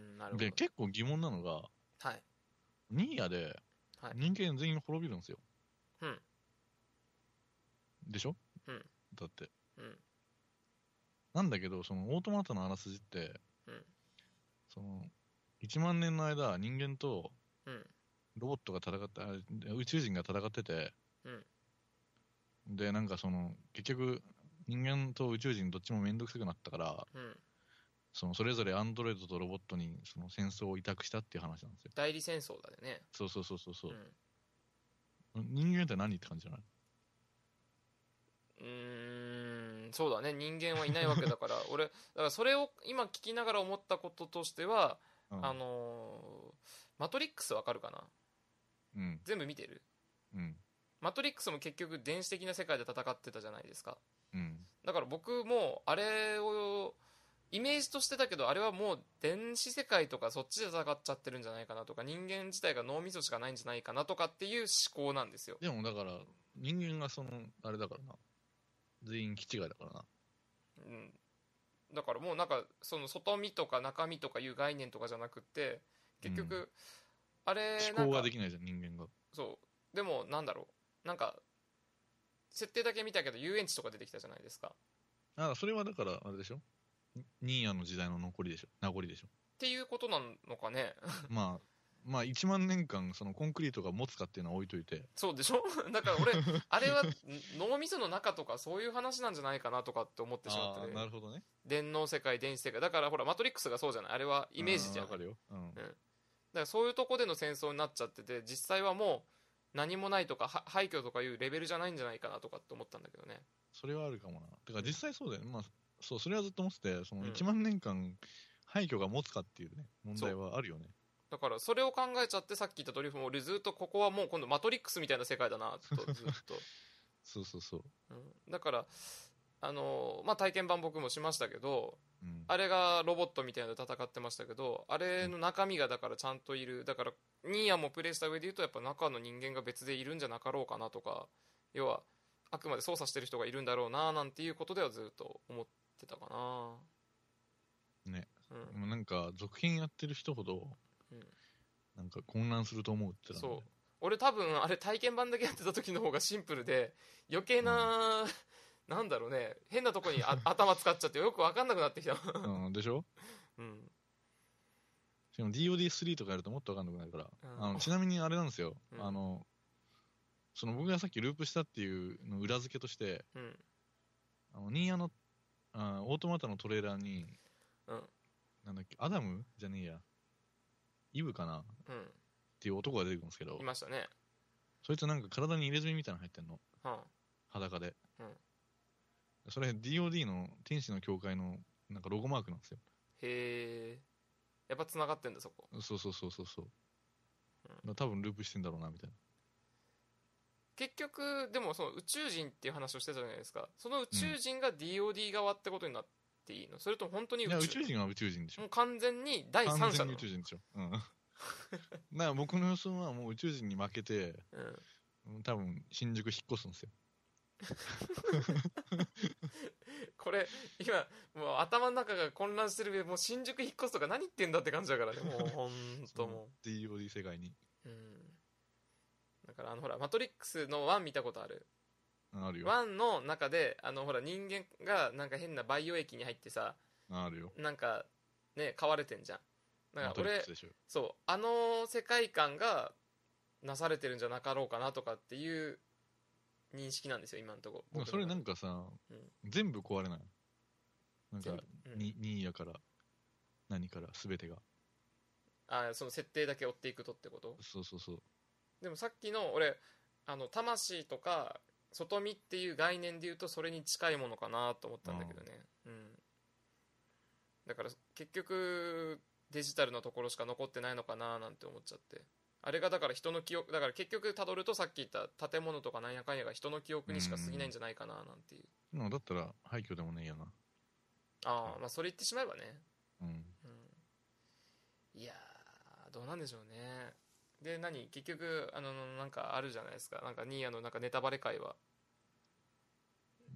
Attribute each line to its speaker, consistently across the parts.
Speaker 1: うんなるほ
Speaker 2: で、
Speaker 1: ど。
Speaker 2: 結構疑問なのが、
Speaker 1: はい。
Speaker 2: ニーヤで
Speaker 1: はい
Speaker 2: 人間全員滅びるんですよ。
Speaker 1: うん。
Speaker 2: でしょ
Speaker 1: うん。
Speaker 2: だって。
Speaker 1: うん。
Speaker 2: なんだけど、そのオートマタのあらすじって、
Speaker 1: うん。
Speaker 2: その、1万年の間、人間と
Speaker 1: うん。
Speaker 2: ロボットが戦って、あ宇宙人が戦ってて、
Speaker 1: うん。
Speaker 2: で、なんかその、結局、人間と宇宙人どっちもめんどくさくなったから、
Speaker 1: うん。
Speaker 2: その、それぞれアンドロイドとロボットに、その戦争を委託したっていう話なんですよ。
Speaker 1: 代理戦争だよね。
Speaker 2: そうそうそうそうそうう。
Speaker 1: ん。
Speaker 2: 人間って何って感じじゃないう
Speaker 1: ーん、そうだね。人間はいないわけだから、 俺、だからそれを今聞きながら思ったこととしては、
Speaker 2: うん
Speaker 1: あのーマトリックスわかるかな
Speaker 2: うん。
Speaker 1: 全部見てる
Speaker 2: うん。
Speaker 1: マトリックスも結局電子的な世界で戦ってたじゃないですか。
Speaker 2: うん。
Speaker 1: だから僕も、あれを、イメージとしてだけど、あれはもう電子世界とかそっちで戦っちゃってるんじゃないかなとか、人間自体が脳みそしかないんじゃないかなとかっていう思考なんですよ。
Speaker 2: でもだから、人間がその、あれだからな。全員気違いだからな。
Speaker 1: うん、だからもうなんかその外見とか中身とかいう概念とかじゃなくって結局、
Speaker 2: う
Speaker 1: あれなんか
Speaker 2: 思考ができないじゃん、人間が。
Speaker 1: そうでもなんだろうなんか設定だけ見たけど遊園地とか出てきたじゃないですかっ
Speaker 2: あ、それはだから、あれでしょニニーヤの時代の残りでしょ名残でしょ
Speaker 1: ていうことなのかね
Speaker 2: まあ、まあ1万年間、そのコンクリートが持つかっていうのは置いといて、
Speaker 1: そうでしょ だから俺あれはん脳みその中とかそういう話なんじゃないかなとかって思ってしま
Speaker 2: あ
Speaker 1: っ
Speaker 2: あ
Speaker 1: て、
Speaker 2: ー、なるほどね。
Speaker 1: 電脳世界電子世界だからほらマトリックスがそうじゃないあれはイメージじゃ
Speaker 2: うんわかるよ。うん。
Speaker 1: だからそういうとこでの戦争になっちゃってて実際はもう何もないとかは廃墟とかいうレベルじゃないんじゃないかなとかって思ったんだけどね
Speaker 2: それはあるかもな。てか実際そうだよね。まあ、そう、それはずっと思ってて、その
Speaker 1: うん
Speaker 2: 1万年間、廃墟が持つかっていうね、問題はあるよね。
Speaker 1: だからそれを考えちゃってさっき言ったドリフも俺ずっとここはもう今度マトリックスみたいな世界だなとずっと、
Speaker 2: そうそうそう。
Speaker 1: うん、だからあのーまあ体験版僕もしましたけど
Speaker 2: うん。
Speaker 1: あれがロボットみたいなので戦ってましたけどあれの中身がだからちゃんといるだからニーヤもプレイした上で言うとやっぱ中の人間が別でいるんじゃなかろうかなとか要はあくまで操作してる人がいるんだろうななんていうことではずっと思ってたかな
Speaker 2: ね。
Speaker 1: うん
Speaker 2: もうなんか、続編やってる人ほど、
Speaker 1: うん
Speaker 2: なんか混乱すると思うって言ってたんだよ
Speaker 1: そう俺多分あれ体験版だけやってた時の方がシンプルで余計な、なんだろうね変なとこに あ頭使っちゃってよく分かんなくなってきた、
Speaker 2: うん、でしょ
Speaker 1: うん、
Speaker 2: しかも DOD3 とかやるともっと分かんなくなるから、
Speaker 1: うん
Speaker 2: あのちなみにあれなんですよ、
Speaker 1: うん
Speaker 2: あのその僕がさっきループしたっていうの裏付けとして
Speaker 1: うん
Speaker 2: あのニーヤのあーオートマタのトレーラーに
Speaker 1: うん
Speaker 2: なんだっけアダムじゃねえやイブかなっ
Speaker 1: うん
Speaker 2: ていう男が出てくるんですけど
Speaker 1: いましたね
Speaker 2: そいつなんか体に入れ墨みたいなの入ってんの
Speaker 1: は
Speaker 2: 裸で、
Speaker 1: うん
Speaker 2: それ DOD の天使の教会のなんかロゴマークなんですよ
Speaker 1: へえやっぱつながってんだそこ
Speaker 2: そうそうそうそうそう、だから多分ループしてんだろうなみたいな
Speaker 1: 結局でもその宇宙人っていう話をしてたじゃないですかその宇宙人が DOD 側ってことになっていいの、それとも本当に
Speaker 2: い
Speaker 1: 宇
Speaker 2: や
Speaker 1: 宙
Speaker 2: 宇宙人は宇宙人でしょ
Speaker 1: もう完全に第三
Speaker 2: 完
Speaker 1: 者
Speaker 2: 全
Speaker 1: な
Speaker 2: に
Speaker 1: の
Speaker 2: 宇宙人でしょ。うん。 だから僕の予想はもう宇宙人に負けて、
Speaker 1: うん、
Speaker 2: うん多分新宿引っ越すんですよ。
Speaker 1: これ今もう頭の中が混乱してる上もう新宿引っ越すとか何言ってんだって感じだ からねもう本当も
Speaker 2: DOD 世界に。
Speaker 1: う、うん、だからあのほら「マトリックス」の1見たことある
Speaker 2: うんあるよ。
Speaker 1: 1の中であのほら人間がなんか変な培養液に入ってさ
Speaker 2: あるよ。
Speaker 1: なんかね飼われてんじゃんだ
Speaker 2: マ
Speaker 1: か
Speaker 2: ト
Speaker 1: ら
Speaker 2: リッ
Speaker 1: 俺
Speaker 2: クスでしょ。
Speaker 1: そうあの世界観がなされてるんじゃなかろうかなとかっていう認識なんですよ今のとこ
Speaker 2: でも
Speaker 1: 僕の
Speaker 2: それなんかさ、
Speaker 1: うん
Speaker 2: 全部壊れない。なんか
Speaker 1: 全、部うん
Speaker 2: にニーヤから、何から、すべてが。
Speaker 1: あその設定だけ追っていくとってこと
Speaker 2: そうそうそう。
Speaker 1: でもさっきの俺あの魂とか外見っていう概念で言うとそれに近いものかなと思ったんだけどね、うん、だから結局デジタルのところしか残ってないのかななんて思っちゃってあれがだから人の記憶だから結局たどるとさっき言った建物とかなんやかんやが人の記憶にしか過ぎないんじゃないかななんていう、
Speaker 2: でもだったら廃墟でもねえやな。
Speaker 1: ああまあそれ言ってしまえばね
Speaker 2: うん。
Speaker 1: いやーどうなんでしょうねで何結局あのなんかあるじゃないですかなんかニーヤのなんかネタバレ会は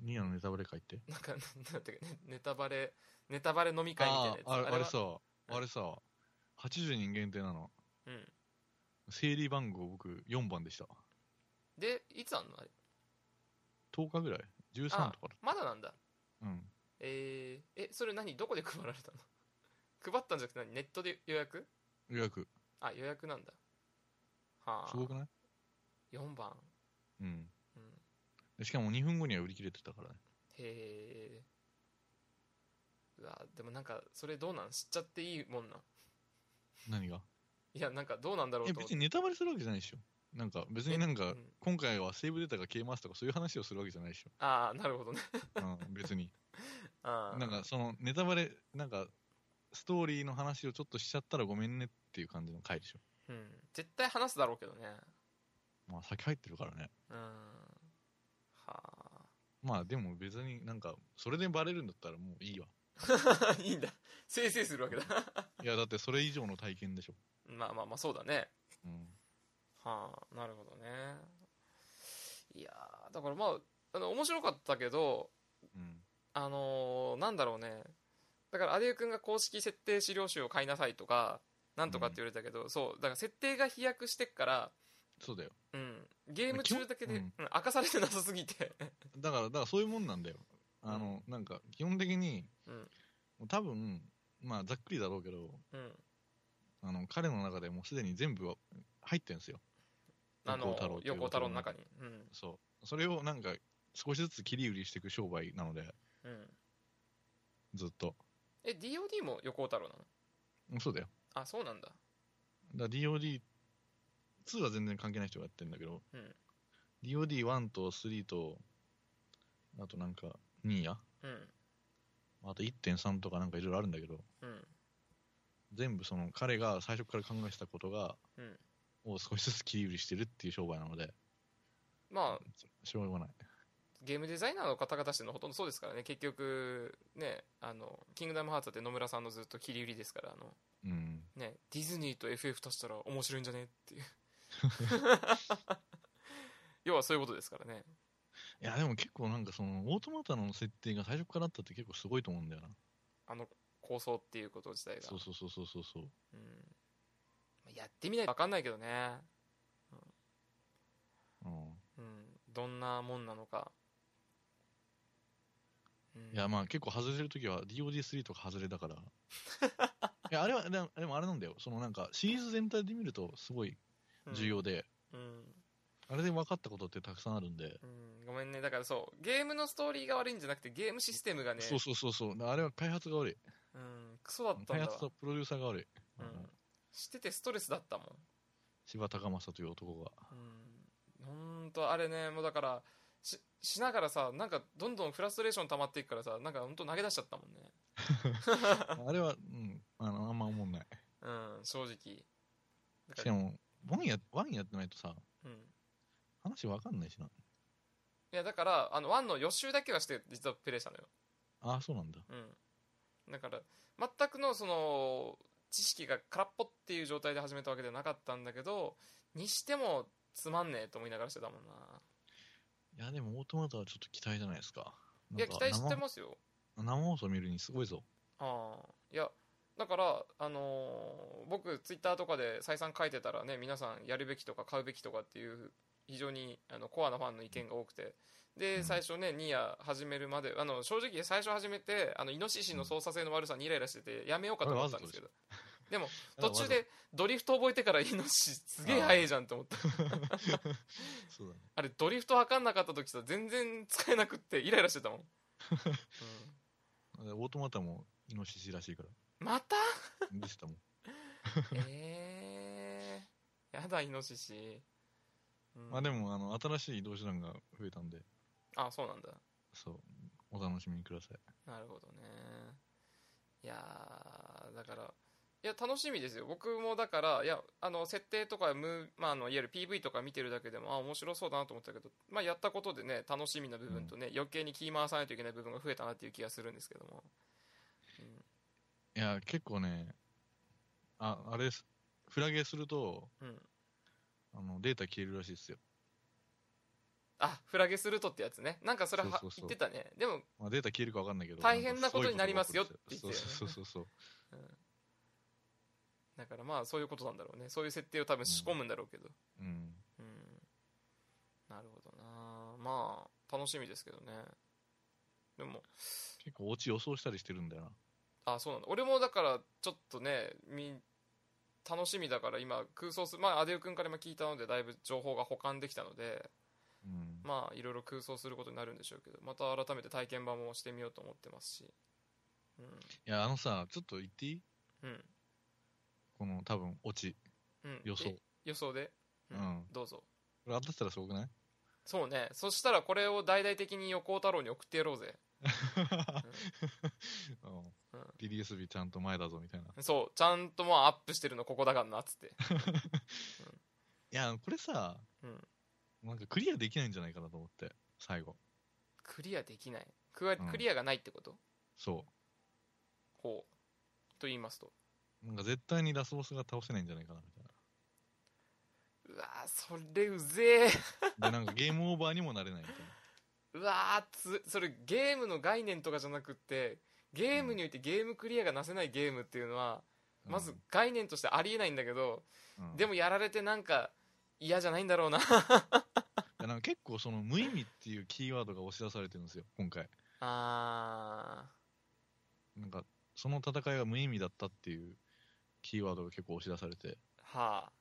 Speaker 2: ニーナのネタバレ会って。
Speaker 1: なんか、なんていうか、ね、ネタバレ、ネタバレ飲み会みたいな
Speaker 2: あ
Speaker 1: やつ。
Speaker 2: あ、あれあれ
Speaker 1: は
Speaker 2: さ、
Speaker 1: うん
Speaker 2: あれさ、80人限定なの。
Speaker 1: うん。
Speaker 2: 整理番号僕4番でした。
Speaker 1: で、いつあんのあれ。
Speaker 2: 10日ぐらい ?13 とか
Speaker 1: あ
Speaker 2: だ。
Speaker 1: まだなんだ。
Speaker 2: うん。
Speaker 1: えー、え、それ何どこで配られたの 配ったんじゃなくて何ネットで予約
Speaker 2: 予約。
Speaker 1: あ、予約なんだ。はあ
Speaker 2: す。ごくない
Speaker 1: 4番。
Speaker 2: うん。
Speaker 1: うん。
Speaker 2: でしかも2分後には売り切れてたからね。
Speaker 1: へえ。うわ、でもなんか、それどうなん知っちゃっていいもんなん。
Speaker 2: 何が
Speaker 1: いや、なんかどうなんだろう
Speaker 2: え、
Speaker 1: と思っ
Speaker 2: 別
Speaker 1: て。
Speaker 2: にネタバレするわけじゃないでしょ。なんか、別になん
Speaker 1: う
Speaker 2: か
Speaker 1: ん、
Speaker 2: 今回はセーブデータが消えますとかそういう話をするわけじゃないでしょ。
Speaker 1: ああ、なるほどね。
Speaker 2: うん、別に。
Speaker 1: あー
Speaker 2: なんか、その、ネタバレ、なんか、ストーリーの話をちょっとしちゃったらごめんねっていう感じの回でしょ。
Speaker 1: うん。絶対話すだろうけどね。
Speaker 2: まあ、先入ってるからね。
Speaker 1: うん。はあ。
Speaker 2: まあ、でも別になんか、それでバレるんだったらもういいわ。
Speaker 1: いいんだ。せいせいするわけだ。
Speaker 2: いや、だってそれ以上の体験でしょ。
Speaker 1: まあまあまあ、そうだね。
Speaker 2: うん。
Speaker 1: はあ、なるほどね。いやーだからまあ、あの、面白かったけど、
Speaker 2: うん。
Speaker 1: あのーなんだろうね。だから、アデュー君が公式設定資料集を買いなさいとか、なんとかって言われたけど、そう、だから設定が飛躍してっから、
Speaker 2: そうだよ。
Speaker 1: うん、ゲーム中だけで、
Speaker 2: 基
Speaker 1: う
Speaker 2: 本
Speaker 1: ん、明かされてなさすぎて。
Speaker 2: だから、だからそういうもんなんだよ。あの、なんか、基本的に、
Speaker 1: うん
Speaker 2: もう多分、まあ、ざっくりだろうけど、
Speaker 1: うん。
Speaker 2: あの、彼の中でもうすでに全部は入ってるんですよ。
Speaker 1: あの
Speaker 2: 横尾太郎、っていう
Speaker 1: 横太郎の中に。うん。
Speaker 2: そう。それをなんか、少しずつ切り売りしていく商売なので、
Speaker 1: うん。
Speaker 2: ずっと。
Speaker 1: え、DOD も横尾太郎なの
Speaker 2: うんそうだよ。
Speaker 1: あ、そうなんだ。
Speaker 2: だから DOD2 は全然関係ない人がやってるんだけど、
Speaker 1: うん
Speaker 2: DOD1 と3と、あとなんか、2や、
Speaker 1: うん。
Speaker 2: あと1.3とかなんかいろいろあるんだけど、
Speaker 1: うん。
Speaker 2: 全部その彼が最初から考えてたことが、
Speaker 1: うん
Speaker 2: を少しずつ切り売りしてるっていう商売なので、
Speaker 1: まあ、
Speaker 2: しょうがない。
Speaker 1: ゲームデザイナーの方々してのほとんどそうですからね結局ねあの「キングダムハーツ」だって野村さんのずっと切り売りですからあの、
Speaker 2: うん。
Speaker 1: ね、ディズニーと FF 足したら面白いんじゃねっていう 要はそういうことですからね
Speaker 2: いや、でも結構なんかその、オートマタの設定が最初からあったって結構すごいと思うんだよな。
Speaker 1: あの構想っていうこと自体が
Speaker 2: そうそうそうそうそうそう。
Speaker 1: うんまあやってみないと分かんないけどね、
Speaker 2: うん。
Speaker 1: うん、どんなもんなのか、うん
Speaker 2: いや、まあ結構外れるときは DOD3 とか外れだから。いや、あれは、でもでもあれなんだよ。そのなんか、シリーズ全体で見るとすごい重要で、
Speaker 1: うん
Speaker 2: あれで分かったことってたくさんあるんで、
Speaker 1: うんごめんねだからそうゲームのストーリーが悪いんじゃなくてゲームシステムがね
Speaker 2: そうそうそうそう。だからあれは開発が悪い。
Speaker 1: うん、クソだったん
Speaker 2: 開
Speaker 1: だ
Speaker 2: 発
Speaker 1: わ
Speaker 2: と、プロデューサーが悪い。
Speaker 1: う
Speaker 2: あ
Speaker 1: ん
Speaker 2: の、
Speaker 1: しててストレスだったもん、
Speaker 2: 柴高政という男が。
Speaker 1: うん、ほんとあれねもうだからししながらさなんかどんどんフラストレーション溜まっていくからさなんかほんと投げ出しちゃったもんね
Speaker 2: あれは、うん、あの、あんま思んない。
Speaker 1: うん正直だか
Speaker 2: しからも、ワンや、ワンやってないとさ、
Speaker 1: うん
Speaker 2: 話わかんないしな。
Speaker 1: いやだからあの1の予習だけはして実はプレイしたのよ、
Speaker 2: ああ、そうなんだ。
Speaker 1: うん、だから全くのその知識が空っぽっていう状態で始めたわけではなかったんだけどにしてもつまんねえと思いながらしてたもんない
Speaker 2: や、でも、オートマタはちょっと期待じゃないですか。
Speaker 1: いや
Speaker 2: なん
Speaker 1: 期
Speaker 2: か
Speaker 1: 待してますよ
Speaker 2: 生生放送見るにすごいぞ。
Speaker 1: ああいやだから、あのー僕ツイッターとかで再三書いてたらね皆さんやるべきとか買うべきとかっていう非常にあのコアなファンの意見が多くてで、
Speaker 2: うん
Speaker 1: 最初ねニア始めるまであの正直最初始めてあのイノシシの操作性の悪さにイライラしててやめようかと思ったんですけどでも途中でドリフト覚えてからイノシシすげえ早いじゃんと思った
Speaker 2: そうだね。
Speaker 1: あれドリフト測んなかった時さ全然使えなくってイライラしてた もん、うん
Speaker 2: オートマタも、イノシシらしいから。
Speaker 1: また
Speaker 2: でしたもん。
Speaker 1: ええやだイノシシ、うん
Speaker 2: まあでも、あの、新しい移動手段が増えたんで、
Speaker 1: あそうなんだ
Speaker 2: そう、お楽しみください。
Speaker 1: なるほどねいやーだからいや楽しみですよ僕もだからいやあの設定とかムー、まあ、あのいわゆる PV とか見てるだけでもあ面白そうだなと思ったけど、まあ、やったことでね楽しみな部分とね、余計に気回さないといけない部分が増えたなっていう気がするんですけども、
Speaker 2: いや、結構ね、あ、あれです、フラゲすると、
Speaker 1: うんうん、
Speaker 2: あの、データ消えるらしいですよ。
Speaker 1: あフラゲするとってやつねなんかそれは
Speaker 2: そうそうそ
Speaker 1: 言
Speaker 2: う
Speaker 1: ってたねでも
Speaker 2: まあ、データ消えるか分かんないけど
Speaker 1: 大変なことになりますよって言ってたよ
Speaker 2: そう
Speaker 1: ね
Speaker 2: そうそうそう
Speaker 1: だからまあそういうことなんだろうねそういう設定を多分仕込むんだろうけど
Speaker 2: うん
Speaker 1: うん、なるほどなまあ楽しみですけどねでも
Speaker 2: 結構お家予想したりしてるんだよな
Speaker 1: あそうなんだ俺もだからちょっとねみ楽しみだから今空想するまあアデル君から今聞いたのでだいぶ情報が保管できたので
Speaker 2: うん、
Speaker 1: まあいろいろ空想することになるんでしょうけどまた改めて体験版もしてみようと思ってますし
Speaker 2: いやあのさちょっと言っていい
Speaker 1: うんうん
Speaker 2: この多分オチ
Speaker 1: うん
Speaker 2: 予想
Speaker 1: え予想でう
Speaker 2: うん
Speaker 1: どうぞ
Speaker 2: これ当たってたらすご くない
Speaker 1: そうねそしたらこれを大々的に横尾太郎に送ってやろうぜ
Speaker 2: うん DDS 日ちゃんと前だぞみたいな
Speaker 1: そうちゃんともうアップしてるのここだからなっつって
Speaker 2: いやこれさ、
Speaker 1: うん
Speaker 2: なんかクリアできないんじゃないかなと思って最後
Speaker 1: クリアできないクワ
Speaker 2: うん
Speaker 1: クリアがないってこと、
Speaker 2: そ
Speaker 1: ほうと言いますと
Speaker 2: うなんか絶対にラスボスが倒せないんじゃないかなみたいう
Speaker 1: わーそれうぜえ
Speaker 2: なでなんかゲームオーバーにもなれないみたいう
Speaker 1: わーつそれゲームの概念とかじゃなくってゲームにおいてゲームクリアがなせないゲームっていうのは、
Speaker 2: な
Speaker 1: まず、概念としてありえないんだけど、
Speaker 2: うんうん
Speaker 1: でもやられてなんか嫌じゃないんだ ろうな
Speaker 2: いやなんか結構その無意味っていうキーワードが押し出されてるんですよ今回
Speaker 1: あ
Speaker 2: なんかその戦いが無意味だったっていうキーワードが結構押し出されて
Speaker 1: ーは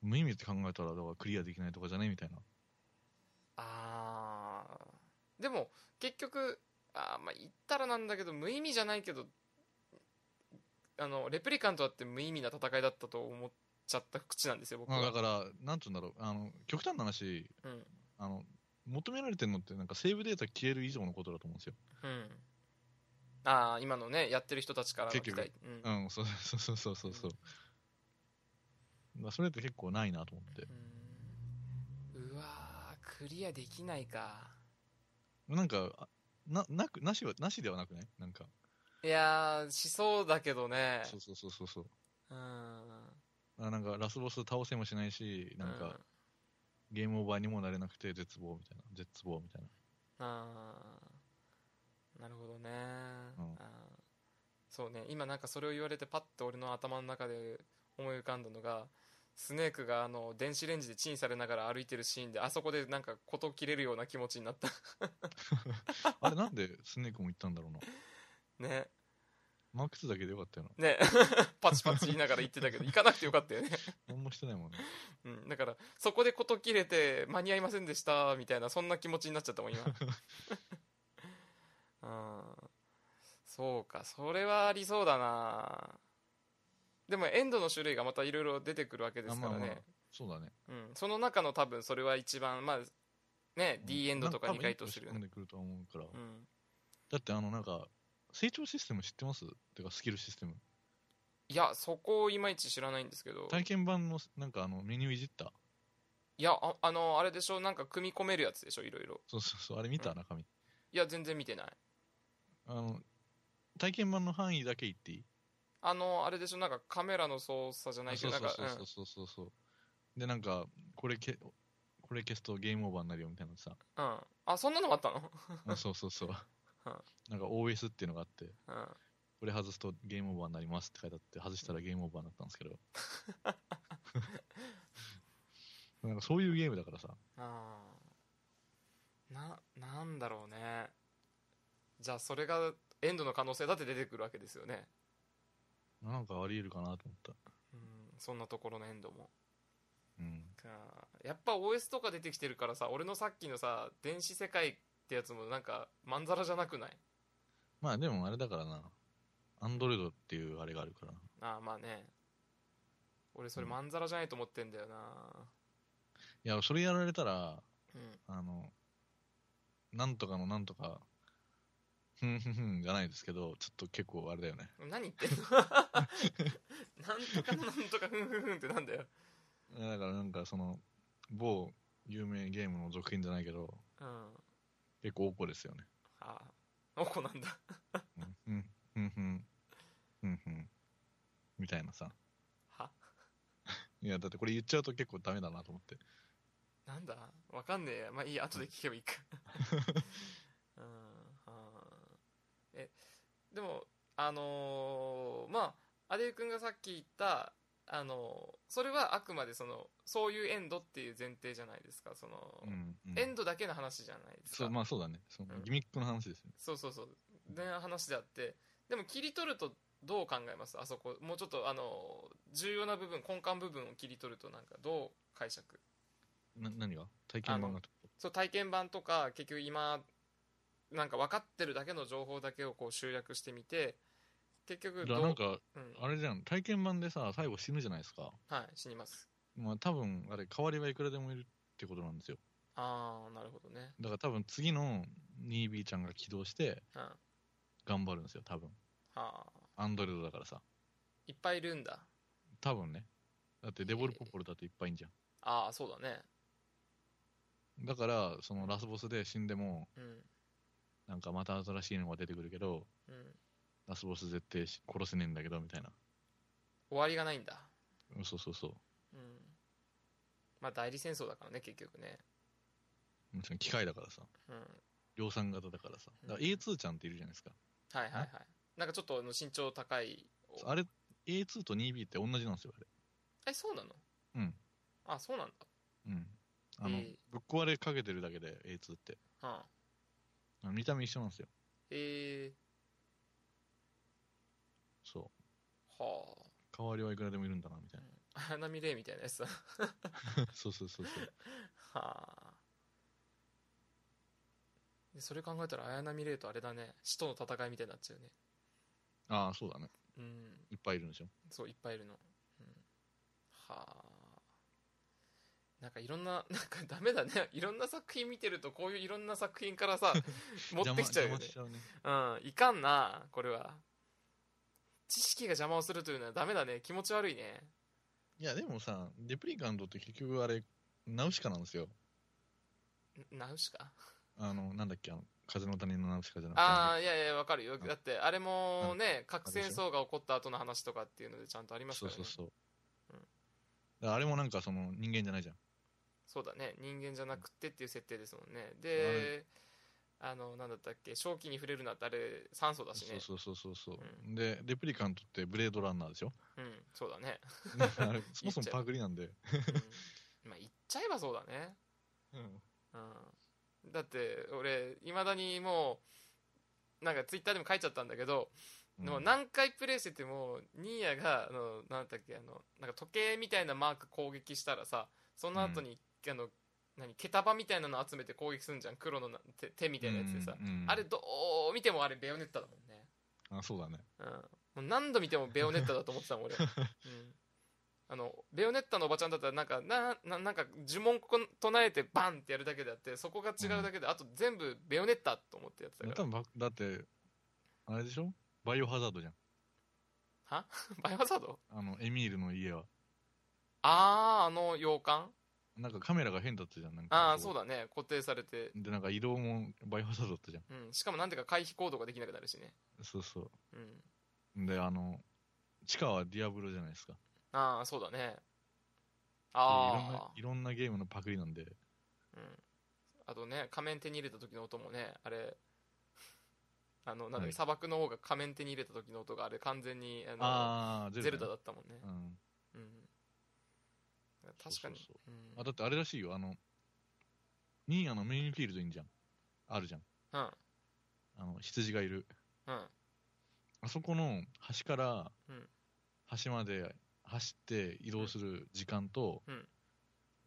Speaker 2: 無意味って考えたらだからクリアできないとかじゃねみたいな
Speaker 1: ああーでも結局あーまあ言ったらなんだけど無意味じゃないけどあのレプリカントだって無意味な戦いだったと思っちゃった口なんですよ僕
Speaker 2: まあ、だ
Speaker 1: は、
Speaker 2: から、なんつうんだろう、あの極端な話
Speaker 1: うんうん、
Speaker 2: あの、求められてるのって、なんかセーブデータ消える以上のことだと思うんですよ。
Speaker 1: ああ今のねやってる人たちからの期待
Speaker 2: 結
Speaker 1: うん
Speaker 2: うん、そうそうそうそうそうそう。まあ、それって結構ないなと思って。
Speaker 1: うんうわークリアできないか
Speaker 2: なんか、あななくなしはなしではなくないなんか、
Speaker 1: いやーしそうだけどね
Speaker 2: そうそうそうそうそう。
Speaker 1: うん
Speaker 2: あなんか、ラスボス倒せもしないし、なん
Speaker 1: うん
Speaker 2: か、ゲームオーバーにもなれなくて、絶望みたいな、絶望みたい な。
Speaker 1: ああなるほどね、
Speaker 2: うん
Speaker 1: あーそうね今なんかそれを言われてパッと俺の頭の中で思い浮かんだのがスネークがあの電子レンジでチンされながら歩いてるシーンであそこでなんか事切れるような気持ちになった
Speaker 2: あれ、なんでスネークも言ったんだろうな。
Speaker 1: ね
Speaker 2: マーク2だけでよかったよ
Speaker 1: ね パチパチ言いながら言ってたけど行かなくてよかったよね、
Speaker 2: な。なんもしてないもんね。
Speaker 1: うん、だからそこで事切れて間に合いませんでしたみたいなそんな気持ちになっちゃったもん 今うんそうかそれはありそうだなでもエンドの種類がまたいろいろ出てくるわけ ですからね、
Speaker 2: あまあまあそうだね。
Speaker 1: うん、その中の多分それは一番まあね D エンドとかに
Speaker 2: 回
Speaker 1: 該当するよ
Speaker 2: 込ん
Speaker 1: ね
Speaker 2: でくるとは思うから。
Speaker 1: うん
Speaker 2: だってあのなんか成長システム知ってますてかスキルシステム
Speaker 1: いやそこをいまいち知らないんですけど
Speaker 2: 体験版のなんかあのメニューいじった
Speaker 1: いやああのあれでしょなんか組み込めるやつでしょいろいろ
Speaker 2: そうそうそうあれ見た、
Speaker 1: う
Speaker 2: 中身
Speaker 1: いや全然見てない
Speaker 2: あの体験版の範囲だけ言っていい
Speaker 1: あのあれでしょなんかカメラの操作じゃないけ
Speaker 2: そう
Speaker 1: ど
Speaker 2: そ
Speaker 1: なん
Speaker 2: う
Speaker 1: か
Speaker 2: そうそうそうそう、でなんかこれけこれ消すとゲームオーバーになるよみたい なのさ
Speaker 1: うん、うん、あそんなのもあったの
Speaker 2: あそうそうそうなんか OS っていうのがあって
Speaker 1: うん
Speaker 2: これ外すとゲームオーバーになりますって書いてあって外したらゲームオーバーになったんです けどなんかそういうゲームだからさ
Speaker 1: あーななんだろうねじゃあそれがエンドの可能性だって出てくるわけですよね
Speaker 2: なんかありえるかなと思った
Speaker 1: うんそんなところのエンドも
Speaker 2: うん
Speaker 1: かやっぱ OS とか出てきてるからさ俺のさっきのさ電子世界ってやつもなんかまんざらじゃなくない
Speaker 2: まあでもあれだからな。アンドロイドっていうあれがあるからな。
Speaker 1: ああまあね俺それ
Speaker 2: うん
Speaker 1: まんざらじゃないと思ってんだよない
Speaker 2: や、それやられたら、
Speaker 1: うん
Speaker 2: あの、なんとかのなんとか、ふんふんふんじゃないですけど、ちょっと結構あれだよね。
Speaker 1: 何言ってん のなんとかのなんとかふんふんふんってなんだよ
Speaker 2: だからなんかその、某有名ゲームの続編じゃないけど、
Speaker 1: うん
Speaker 2: 結構おこですよね。
Speaker 1: ああおこなんだ
Speaker 2: うん、ふんふん、ふんふん、みたいなさ。
Speaker 1: はい
Speaker 2: や、だってこれ言っちゃうと結構ダメだなと思って。
Speaker 1: なんだわかんねえやまあいいや後で聞けばいいかうんあーえでもあのーまあアデュ君がさっき言ったあのーそれはあくまでそのそういうエンドっていう前提じゃないですかその、
Speaker 2: うんうん
Speaker 1: エンドだけの話じゃないですか
Speaker 2: そうまあそうだねその
Speaker 1: うん
Speaker 2: ギミックの話ですよね、
Speaker 1: そうそうそうで話であってでも切り取るとどう考えますあそこもうちょっとあの重要な部分根幹部分を切り取るとなんかどう解釈
Speaker 2: な何が体験版がと
Speaker 1: そう体験版とか結局今なんか分かってるだけの情報だけをこう集約してみて結局
Speaker 2: だか
Speaker 1: ど
Speaker 2: ら
Speaker 1: う
Speaker 2: なんか
Speaker 1: うん、
Speaker 2: あれじゃん体験版でさ最後死ぬじゃないですか
Speaker 1: はい死にます
Speaker 2: まあ多分あれ代わりはいくらでもいるってことなんですよ
Speaker 1: ああなるほどね
Speaker 2: だから多分次の 2B ちゃんが起動して
Speaker 1: うんは
Speaker 2: 頑張るんですよ多分
Speaker 1: あ
Speaker 2: アンドロイドだからさ
Speaker 1: いっぱいいるんだ
Speaker 2: 多分ねだってデボルポポルだっていっぱいいんじゃ
Speaker 1: ああそうだね
Speaker 2: んだからそのラスボスで死んでも
Speaker 1: うん
Speaker 2: なんかまた新しいのが出てくるけど
Speaker 1: うん
Speaker 2: ラスボス絶対し殺せねえんだけどみたいな
Speaker 1: 終わりがないんだ
Speaker 2: うんそうそうそう
Speaker 1: うんまあ代理戦争だからね結局ね
Speaker 2: もちろん機械だからさ
Speaker 1: うん
Speaker 2: 量産型だからさだから
Speaker 1: うん
Speaker 2: A2 ちゃんっているじゃないですか
Speaker 1: はいはいはいなんかちょっとあの身長高い
Speaker 2: あれ A2 と 2B って同じなんですよあれ
Speaker 1: えそうなの
Speaker 2: うん
Speaker 1: あそうなんだ
Speaker 2: うんあの、
Speaker 1: えー
Speaker 2: ぶっ壊れかけてるだけで A2 って
Speaker 1: うん
Speaker 2: あの見た目一緒なんですよ
Speaker 1: え
Speaker 2: そう
Speaker 1: ー、はあ
Speaker 2: 代わりはいくらでもいるんだなみたい
Speaker 1: 花見レイみたいなやつだ
Speaker 2: なそうそうそうそう
Speaker 1: はあでそれ考えたら綾波レイとあれだね死との戦いみたいになっちゃうね
Speaker 2: ああそうだね
Speaker 1: うん
Speaker 2: いっぱいいるんでしょ
Speaker 1: そういっぱいいるの、うん、はあなんかいろんな なんかダメだねいろんな作品見てるとこういういろんな作品からさ持ってきちゃうよ
Speaker 2: 邪魔邪魔
Speaker 1: ね
Speaker 2: しちゃうね
Speaker 1: うんいかんなこれは知識が邪魔をするというのはダメだね気持ち悪いね
Speaker 2: いやでもさレプリカントって結局あれナウシカなんですよ
Speaker 1: んナウシカ
Speaker 2: あのなんだっけあの風の谷のナウシカじゃなくて
Speaker 1: ああいやいやわかるよ
Speaker 2: うん
Speaker 1: だってあれもね
Speaker 2: あ
Speaker 1: 核
Speaker 2: れでし
Speaker 1: 戦
Speaker 2: ょ
Speaker 1: 争が起こった後の話とかっていうのでちゃんとありました
Speaker 2: そう
Speaker 1: よね
Speaker 2: そうそ
Speaker 1: う
Speaker 2: う、
Speaker 1: ん
Speaker 2: だからあれもなんかその人間じゃないじゃん
Speaker 1: そうだね人間じゃなくてっていう設定ですもんねであのなんだったっけ正気に触れるなってあれ酸素だしね
Speaker 2: そうそうそうそうそう、
Speaker 1: う
Speaker 2: でレプリカントってブレードランナーでし ょ
Speaker 1: うんそうだね、
Speaker 2: あれそもそもパクリなんで、
Speaker 1: うん、まあ言っちゃえばそうだねうんだって俺いまだにもうなんかツイッターでも書いちゃったんだけど、でも
Speaker 2: うん
Speaker 1: 何回プレイしててもニーヤがあのなんだっけあのなんか時計みたいなマーク攻撃したらさその後に、あの何毛束みたいなの集めて攻撃するんじゃん黒のな手手みたいなやつでさ、
Speaker 2: うんうん
Speaker 1: あれどう見てもあれベヨネッタだもんね
Speaker 2: あそうだね
Speaker 1: うん、もう何度見てもベヨネッタだと思ってたもん俺、 うん、あのベヨネッタのおばちゃんだったらなんかなななんか呪文こ唱えてバンってやるだけであってそこが違うだけで、あと全部ベヨネッタと思ってやってた
Speaker 2: 多
Speaker 1: から
Speaker 2: 分バだってあれでしょバイオハザードじゃん
Speaker 1: はバイオハザード
Speaker 2: あのエミールの家は
Speaker 1: あああの洋館
Speaker 2: なんかカメラが変だったじゃんなんか
Speaker 1: ああそう
Speaker 2: だ
Speaker 1: だね固定されて、
Speaker 2: でなんか移動もバイオハザードだったじゃん
Speaker 1: うん、しかもなんでか回避行動ができなくなるしね、
Speaker 2: そうそう
Speaker 1: うん、
Speaker 2: であの地下はディアブロじゃないですか
Speaker 1: ああそうだね
Speaker 2: いろんな
Speaker 1: ああ
Speaker 2: いろんなゲームのパクリなんで
Speaker 1: うん、あとね仮面手に入れた時の音もねあれ あのなんだっ
Speaker 2: は
Speaker 1: け
Speaker 2: い
Speaker 1: 砂漠の王が仮面手に入れた時の音があれ完全にあ
Speaker 2: ああ
Speaker 1: の
Speaker 2: ゼ
Speaker 1: ゼ
Speaker 2: ル
Speaker 1: ル
Speaker 2: ダ
Speaker 1: ダ
Speaker 2: ね
Speaker 1: だったもんね
Speaker 2: う、ん
Speaker 1: うん、確かに
Speaker 2: そうそう
Speaker 1: うん
Speaker 2: あだってあれらしいよあのニーヤのメインフィールドにいんじゃんあるじゃん
Speaker 1: うん
Speaker 2: あの羊がいる
Speaker 1: うん
Speaker 2: あそこの端から
Speaker 1: うん
Speaker 2: 端まで走って移動する時間と、
Speaker 1: うん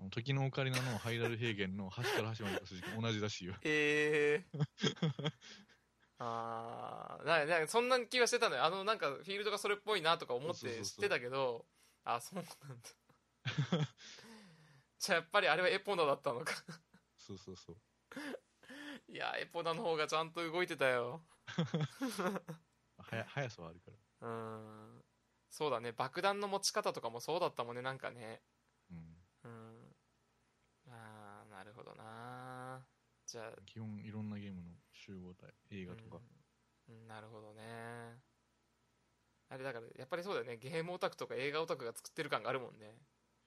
Speaker 2: あの時のオカリナのハイラル平原の端から端まで移動する時間同じらしいよ。
Speaker 1: え えああなんかなんかそんな気がしてたのよあのなんかフィールドがそれっぽいなとか思っ
Speaker 2: そうそうそ
Speaker 1: て
Speaker 2: う
Speaker 1: 知っ
Speaker 2: そう
Speaker 1: てたけどあそうなんだ じゃあやっぱりあれはエポナだったのか
Speaker 2: そうそうそう。
Speaker 1: いやエポナの方がちゃんと動いてたよ
Speaker 2: はや速さはあるから。
Speaker 1: うーんそうだね爆弾の持ち方とかもそうだったもんねなんかね
Speaker 2: うん、
Speaker 1: うんあーなるほどなじゃあ
Speaker 2: 基本いろんなゲームの集合体、映画とか。
Speaker 1: うんうんなるほどねあれだからやっぱりそうだよねゲームオタクとか映画オタクが作ってる感があるもんね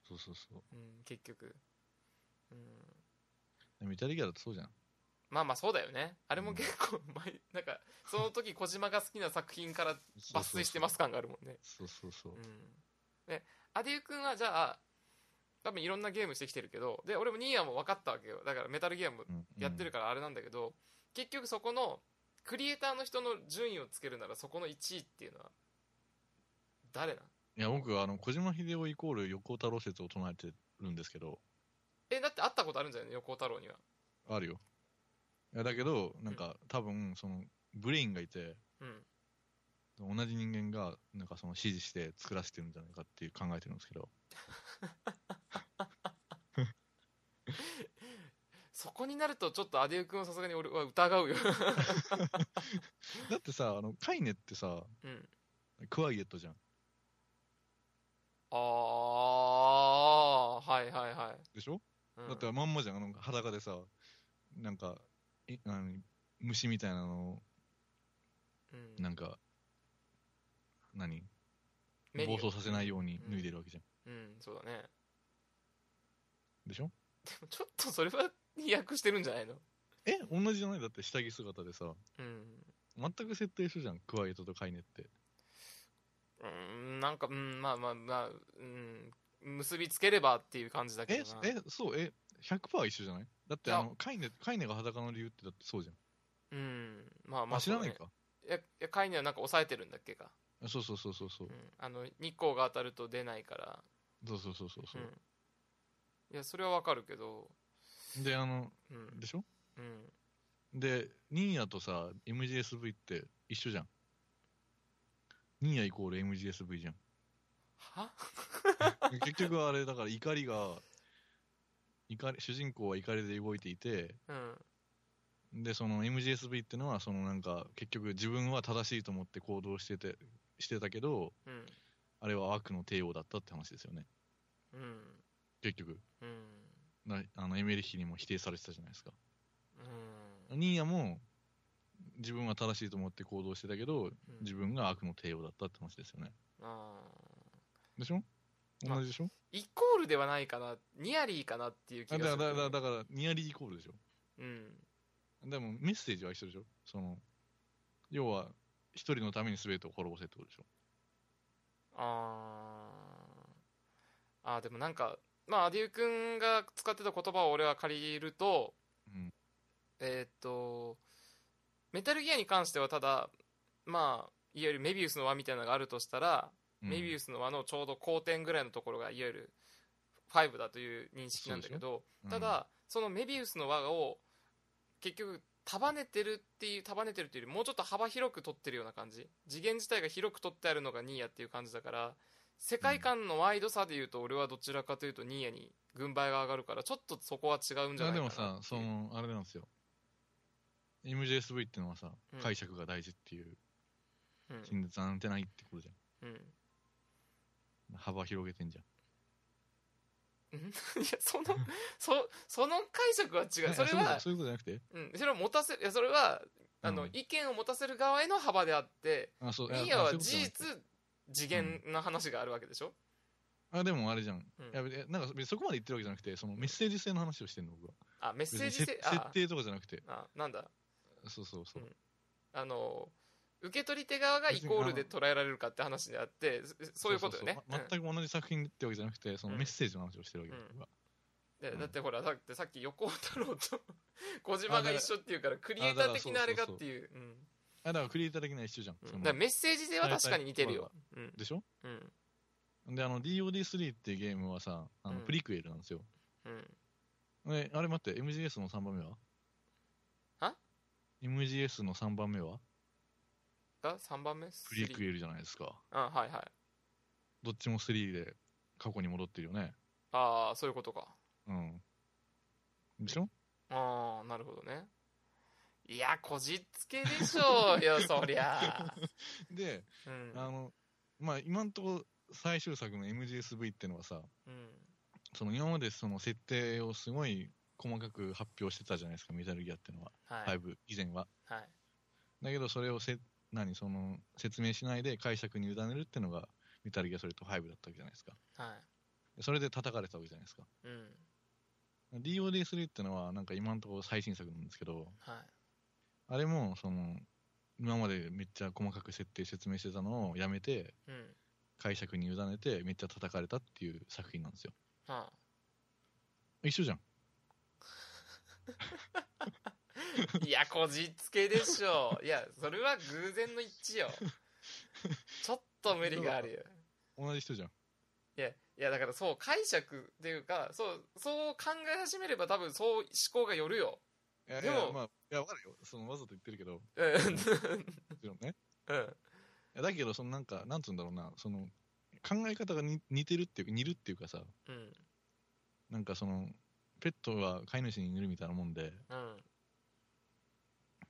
Speaker 2: そうそうそう。
Speaker 1: うん結局ううん
Speaker 2: でもイタリアだとそうじゃん。
Speaker 1: まあまあそうだよねあれも結構前なんかその時小島が好きな作品から抜粋してます感があるもんね
Speaker 2: そうそうそう。
Speaker 1: うんでアデュー君はじゃあ多分いろんなゲームしてきてるけどで俺もニーヤも分かったわけよだからメタルゲーム
Speaker 2: うん
Speaker 1: やってるからあれなんだけど、結局そこのクリエイターの人の順位をつけるならそこの1位っていうのは誰なん
Speaker 2: いや、僕、あの、小島秀夫イコール横尾太郎説を唱えてるんですけど、
Speaker 1: えだって会ったことあるんじゃないの横尾太郎には
Speaker 2: あるよ。いや、だけど、なんか、多分、その、ブレインがいて、
Speaker 1: うん
Speaker 2: 同じ人間が、なんかその指示して作らせてるんじゃないかっていう考えてるんですけど、
Speaker 1: そこになるとちょっとアデュー君をさすがに俺は疑 うよ
Speaker 2: だってさ、あの、カイネってさ、
Speaker 1: うん
Speaker 2: クワイエットじゃん。
Speaker 1: ああはいはいはい
Speaker 2: でしょ、
Speaker 1: うん
Speaker 2: だってまんまじゃん、あの、裸でさ、なんか、いあの虫みたいなのを、
Speaker 1: うん
Speaker 2: なんか、何
Speaker 1: メニ
Speaker 2: 暴
Speaker 1: ュー
Speaker 2: 走させないように脱いでるわけじゃん。
Speaker 1: うんそうだね
Speaker 2: でしょ
Speaker 1: でもちょっとそれは訳してるんじゃないの
Speaker 2: え同じじゃないだって下着姿でさ、
Speaker 1: うん
Speaker 2: 全く設定一緒じゃん、クワイエットとカイネって。
Speaker 1: うんなんかうんまあまあまあうん結びつければっていう感じだけ
Speaker 2: え
Speaker 1: どな、
Speaker 2: え、そう、え、100%一緒じゃないだって
Speaker 1: いや
Speaker 2: あの、カイネ、カイネが裸の理由ってだってそうじゃん。
Speaker 1: うんまあま
Speaker 2: ま
Speaker 1: あ
Speaker 2: あ、知らない
Speaker 1: そうだね
Speaker 2: か。
Speaker 1: いやいやカイネはなんか抑えてるんだっけか、。、
Speaker 2: そうそうそうそうそううん
Speaker 1: あの日光が当たると出ないから
Speaker 2: そうそうそうそう。
Speaker 1: うんいやそれはわかるけど
Speaker 2: うで、あの、
Speaker 1: うん
Speaker 2: でしょ
Speaker 1: うん
Speaker 2: で、ニーヤとさ、MGSV って一緒じゃん。ニーヤイコール MGSV じゃん。
Speaker 1: は
Speaker 2: 結局あれ、だから怒りが、怒り、主人公は怒りで動いていて、
Speaker 1: うん
Speaker 2: で、その MGSV ってのは、そのなんか、結局自分は正しいと思って行動してて、してたけど、
Speaker 1: うん
Speaker 2: あれは悪の帝王だったって話ですよね。
Speaker 1: うん
Speaker 2: 結局。
Speaker 1: うん
Speaker 2: なあの、エメリヒにも否定されてたじゃないですか。
Speaker 1: うん
Speaker 2: ニーヤも、自分は正しいと思って行動してたけど、
Speaker 1: うん
Speaker 2: 自分が悪の帝王だったって話ですよね。
Speaker 1: あ
Speaker 2: でしょ
Speaker 1: まあ
Speaker 2: 同じでしょ
Speaker 1: ーイコールではないかなニアリーかなっていう気
Speaker 2: あ
Speaker 1: がす
Speaker 2: だ
Speaker 1: る
Speaker 2: だだだから、ニアリーイコールでしょ
Speaker 1: うん
Speaker 2: でも、メッセージは一緒でしょその、要は、一人のために全てを滅ぼせってことでしょ
Speaker 1: あーあーでもなんかまあアデュー君が使ってた言葉を俺は借りると
Speaker 2: うん。
Speaker 1: えーっとメタルギアに関してはただまあいわゆるメビウスの輪みたいなのがあるとしたら、
Speaker 2: うん
Speaker 1: メビウスの輪のちょうど交点ぐらいのところがいわゆる5だという認識なんだけど、
Speaker 2: うん
Speaker 1: ただそのメビウスの輪を結局束ねてるっていう束ねてるというよりもうちょっと幅広く取ってるような感じ次元自体が広く取ってあるのがニーヤっていう感じだから世界観のワイドさでいうと俺はどちらかというとニーヤに軍配が上がるからちょっとそこは違うんじゃ
Speaker 2: まあ
Speaker 1: ない
Speaker 2: で
Speaker 1: かな
Speaker 2: も
Speaker 1: っていう
Speaker 2: さ、その、あれなんですよ。MJSV ってのはさ
Speaker 1: うん、
Speaker 2: 解釈が大事っていう、
Speaker 1: うん
Speaker 2: 真実なんてないってことじ
Speaker 1: うん
Speaker 2: ゃん。幅広げてんじゃん。
Speaker 1: いやそのそその解釈は違う
Speaker 2: え
Speaker 1: それ
Speaker 2: ういうこ
Speaker 1: は
Speaker 2: とそういうことじゃなくて
Speaker 1: うん、それを持たせるいやそれはあの、
Speaker 2: うん
Speaker 1: 意見を持たせる側への幅であって
Speaker 2: あ、そう。
Speaker 1: ニー
Speaker 2: あ
Speaker 1: ヤ
Speaker 2: あ
Speaker 1: は
Speaker 2: そういう
Speaker 1: 事
Speaker 2: ことじゃなくて
Speaker 1: 実次元の話があるわけでしょ、
Speaker 2: あ、でもあれじゃん。
Speaker 1: うん
Speaker 2: いや、別になんか別にそこまで言ってるわけじゃなくて、そのメッセージ性の話をしてんの、僕は。
Speaker 1: あメッセージ
Speaker 2: 別
Speaker 1: 性
Speaker 2: に設
Speaker 1: あ
Speaker 2: 設定とかじゃなくて。
Speaker 1: あなんだ
Speaker 2: そうそうそう
Speaker 1: うん。あの受け取り手側がイコールで捉えられるかって話であってそそういうことよね
Speaker 2: そうそうま全く同じ作品ってわけじゃなくて、その
Speaker 1: うん
Speaker 2: メッセージの話をしてるわけ
Speaker 1: うん
Speaker 2: 僕は
Speaker 1: うんで
Speaker 2: うん
Speaker 1: だってほらだってさっき横尾太郎 と小島が一緒っていうからクリエイター的なあれがっていううん
Speaker 2: あ、だからクリエイター的な一緒じゃん。
Speaker 1: うん
Speaker 2: その
Speaker 1: だからメッセージ性は確かに似てるようん
Speaker 2: でしょ
Speaker 1: うん
Speaker 2: で、あの、DOD3 っていうゲームはさ、あの
Speaker 1: うん
Speaker 2: プリクエルなんですよ。
Speaker 1: うん
Speaker 2: えあれ待って、MGS の3番目は
Speaker 1: あ
Speaker 2: ?MGS の3番目は
Speaker 1: が3番目
Speaker 2: プリク
Speaker 1: エ
Speaker 2: エルじゃないですか。
Speaker 1: あはいはい
Speaker 2: どっちも3で過去に戻ってるよね。
Speaker 1: ああそういうことか
Speaker 2: うん。でしょ
Speaker 1: ああなるほどねいやこじつけでしょ うよそりゃ
Speaker 2: で、
Speaker 1: うん
Speaker 2: あの、まあ、今んとこ最終作の MGSV ってのはさ、
Speaker 1: うん
Speaker 2: その今までその設定をすごい細かく発表してたじゃないですか、メタルギアってのは。
Speaker 1: はい
Speaker 2: 5以前は。
Speaker 1: はい
Speaker 2: だけどそれをせ、何、その、説明しないで解釈に委ねるってのが、メタルギアそれと5だったわけじゃないですか。
Speaker 1: は
Speaker 2: それで叩かれたわけじゃないですか。
Speaker 1: いうん
Speaker 2: DOD3 ってのは、なんか今のところ最新作なんですけど、
Speaker 1: はい
Speaker 2: あれも、その、今までめっちゃ細かく設定説明してたのをやめて、
Speaker 1: うん
Speaker 2: 解釈に委ねて、めっちゃ叩かれたっていう作品なんですよ。
Speaker 1: はあ
Speaker 2: 一緒じゃん。
Speaker 1: いやこじつけでしょういやそれは偶然の一致よちょっと無理があるよ
Speaker 2: 同じ人じゃん。
Speaker 1: いやいやだからそう解釈っていうかそうそう考え始めれば多分そう思考がよるよ
Speaker 2: いや
Speaker 1: でも
Speaker 2: いやまあ、いや、わかるよ。その、わざと言ってるけど、も
Speaker 1: うんうん
Speaker 2: ちろんね。
Speaker 1: うん
Speaker 2: いやだけど、そのなんか、なんつうんだろうな、その、考え方がに似てるっていう、似るっていうかさ、
Speaker 1: うん
Speaker 2: なんかその、ペットは飼い主に似るみたいなもんで、
Speaker 1: うん